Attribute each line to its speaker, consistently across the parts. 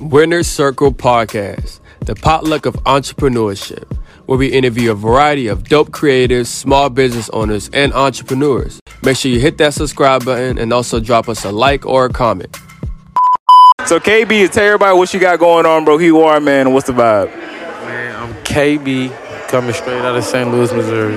Speaker 1: Winner's Circle Podcast, the potluck of entrepreneurship, where we interview a variety of dope creators, small business owners, and entrepreneurs. Make sure you hit that subscribe button and also drop us a like or a comment.
Speaker 2: So KB, tell everybody what you got going on, bro. He are man. What's the vibe?
Speaker 3: Man, I'm KB, coming straight out of St. Louis, Missouri.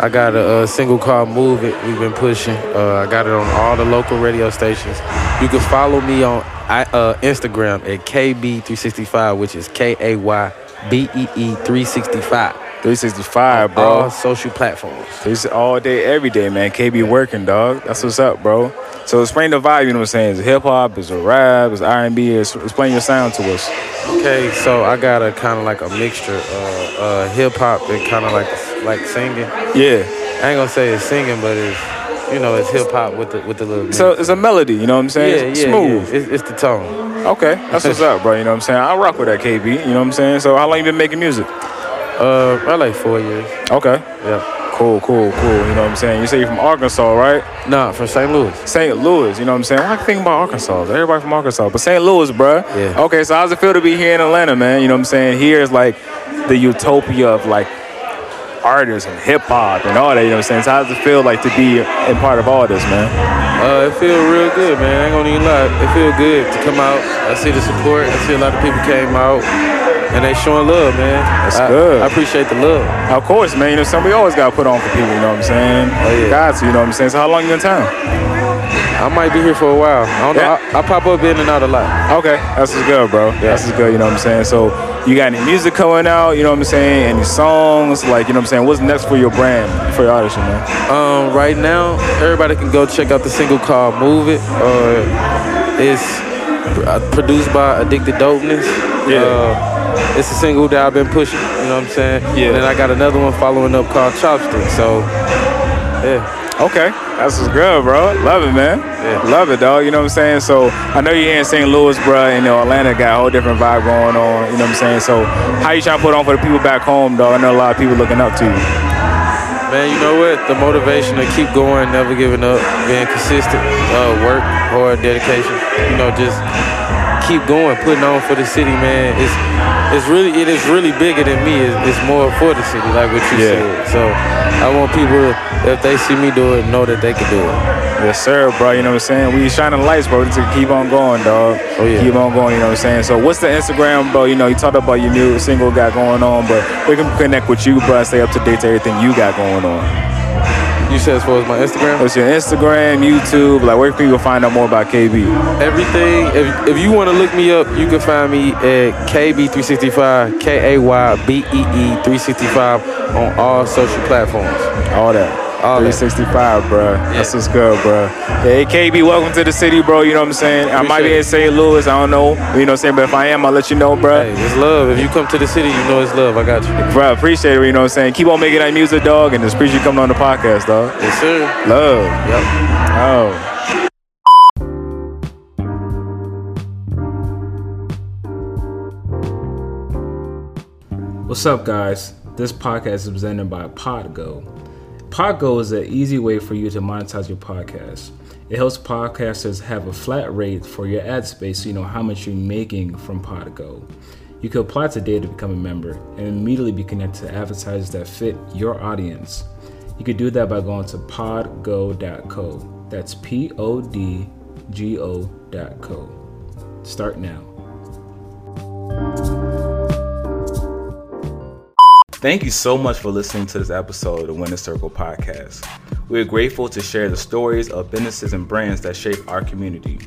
Speaker 3: I got a, uh single called "Move It." We've been pushing. Uh, I got it on all the local radio stations. You can follow me on I, uh, Instagram at KB365, which is K A Y B E E 365.
Speaker 2: 365,
Speaker 3: All
Speaker 2: bro.
Speaker 3: social platforms.
Speaker 2: It's all day, every day, man. KB working, dog. That's what's up, bro. So explain the vibe. You know what I'm saying? Is it hip hop? Is it rap? Is it R&B? Is, explain your sound to us.
Speaker 3: Okay, so I got a kind of like a mixture of uh, hip hop and kind of like like singing.
Speaker 2: Yeah.
Speaker 3: I ain't gonna say it's singing, but it's you know it's hip hop with the with the little.
Speaker 2: So it's a melody. You know what I'm saying? It's smooth.
Speaker 3: It's, it's the tone.
Speaker 2: Okay, that's what's up, bro. You know what I'm saying? I rock with that KB. You know what I'm saying? So how long you been making music?
Speaker 3: Uh, I like four years.
Speaker 2: Okay.
Speaker 3: Yeah.
Speaker 2: Cool, cool, cool. You know what I'm saying? You say you're from Arkansas, right?
Speaker 3: Nah, from St. Louis.
Speaker 2: St. Louis, you know what I'm saying? Why I think about Arkansas? Everybody from Arkansas, but St. Louis, bruh.
Speaker 3: Yeah.
Speaker 2: Okay, so how's it feel to be here in Atlanta, man? You know what I'm saying? Here is like the utopia of like artists and hip hop and all that. You know what I'm saying? So how does it feel like to be in part of all this, man?
Speaker 3: Uh, it feel real good, man. I ain't gonna even lie. It feel good to come out. I see the support. I see a lot of people came out, and they showing love, man. That's I,
Speaker 2: good.
Speaker 3: I appreciate the love.
Speaker 2: Of course, man. You know, something we always got to put on for people. You know what I'm saying?
Speaker 3: Oh, yeah.
Speaker 2: Got to. You know what I'm saying? So how long you in town?
Speaker 3: I might be here for a while. I don't
Speaker 2: Yeah.
Speaker 3: know. I, I pop up in and out a lot.
Speaker 2: Okay, that's what's good, bro. That's what's good. You know what I'm saying? So you got any music coming out? You know what I'm saying? Any songs? Like you know what I'm saying? What's next for your brand, for your artist, man?
Speaker 3: Um, right now, everybody can go check out the single called "Move It." Uh, it's pr- uh, produced by Addicted Dopeness.
Speaker 2: Yeah.
Speaker 3: Uh, it's a single that I've been pushing. You know what I'm saying?
Speaker 2: Yeah.
Speaker 3: And then I got another one following up called "Chopstick." So, yeah.
Speaker 2: Okay, that's what's good, bro. Love it, man.
Speaker 3: Yeah.
Speaker 2: Love it, dog. You know what I'm saying? So I know you're here in St. Louis, bro, and you know, Atlanta got a whole different vibe going on. You know what I'm saying? So how you trying to put on for the people back home, dog? I know a lot of people looking up to you.
Speaker 3: Man, you know what? The motivation to keep going, never giving up, being consistent, uh, work, hard, dedication. You know, just keep going, putting on for the city, man. It's it's really it is really bigger than me. It's, it's more for the city, like what you
Speaker 2: Yeah.
Speaker 3: said. So I want people, if they see me do it, know that they can do it.
Speaker 2: Yes, sir, bro. You know what I'm saying? We shining lights, bro. To keep on going, dog.
Speaker 3: Oh, yeah.
Speaker 2: Keep on going. You know what I'm saying? So what's the Instagram, bro? You know, you talked about your new single got going on, but we can connect with you, bro. and Stay up to date to everything you got going on.
Speaker 3: You said as far as my Instagram,
Speaker 2: What's your Instagram, YouTube? Like where can people find out more about KB?
Speaker 3: everything. If, if you want to look me up, you can find me at KB365, K A Y B E E 365 on all social platforms.
Speaker 2: All that.
Speaker 3: All that.
Speaker 2: 365, bro. That's
Speaker 3: Yeah.
Speaker 2: what's good, bro. Hey, KB, welcome to the city, bro. You know what I'm saying? I might be
Speaker 3: Appreciate
Speaker 2: in
Speaker 3: it.
Speaker 2: St. Louis. I don't know. You know what I'm saying? But if I am, I'll let you know, bro.
Speaker 3: Hey, it's love. If you come to the city, you know it's love. I got you.
Speaker 2: Bro, appreciate it. You know what I'm saying? Keep on making that music, dog. And just appreciate you coming on the podcast, dog.
Speaker 3: Yes, sir.
Speaker 2: Love.
Speaker 3: Yep.
Speaker 2: Oh.
Speaker 4: What's up, guys? This podcast is presented by Podgo. Podgo is an easy way for you to monetize your podcast. It helps podcasters have a flat rate for your ad space so you know how much you're making from Podgo. You can apply today to become a member and immediately be connected to advertisers that fit your audience. You can do that by going to podgo.co. That's P O D G O dot co. Start now.
Speaker 2: Thank you so much for listening to this episode of the Winner Circle podcast. We are grateful to share the stories of businesses and brands that shape our community.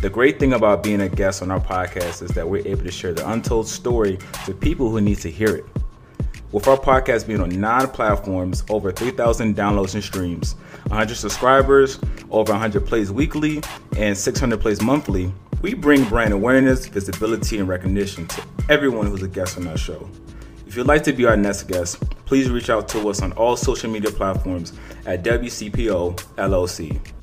Speaker 2: The great thing about being a guest on our podcast is that we're able to share the untold story to people who need to hear it. With our podcast being on nine platforms, over 3,000 downloads and streams, 100 subscribers, over 100 plays weekly, and 600 plays monthly, we bring brand awareness, visibility, and recognition to everyone who's a guest on our show. If you'd like to be our next guest, please reach out to us on all social media platforms at WCPO LLC.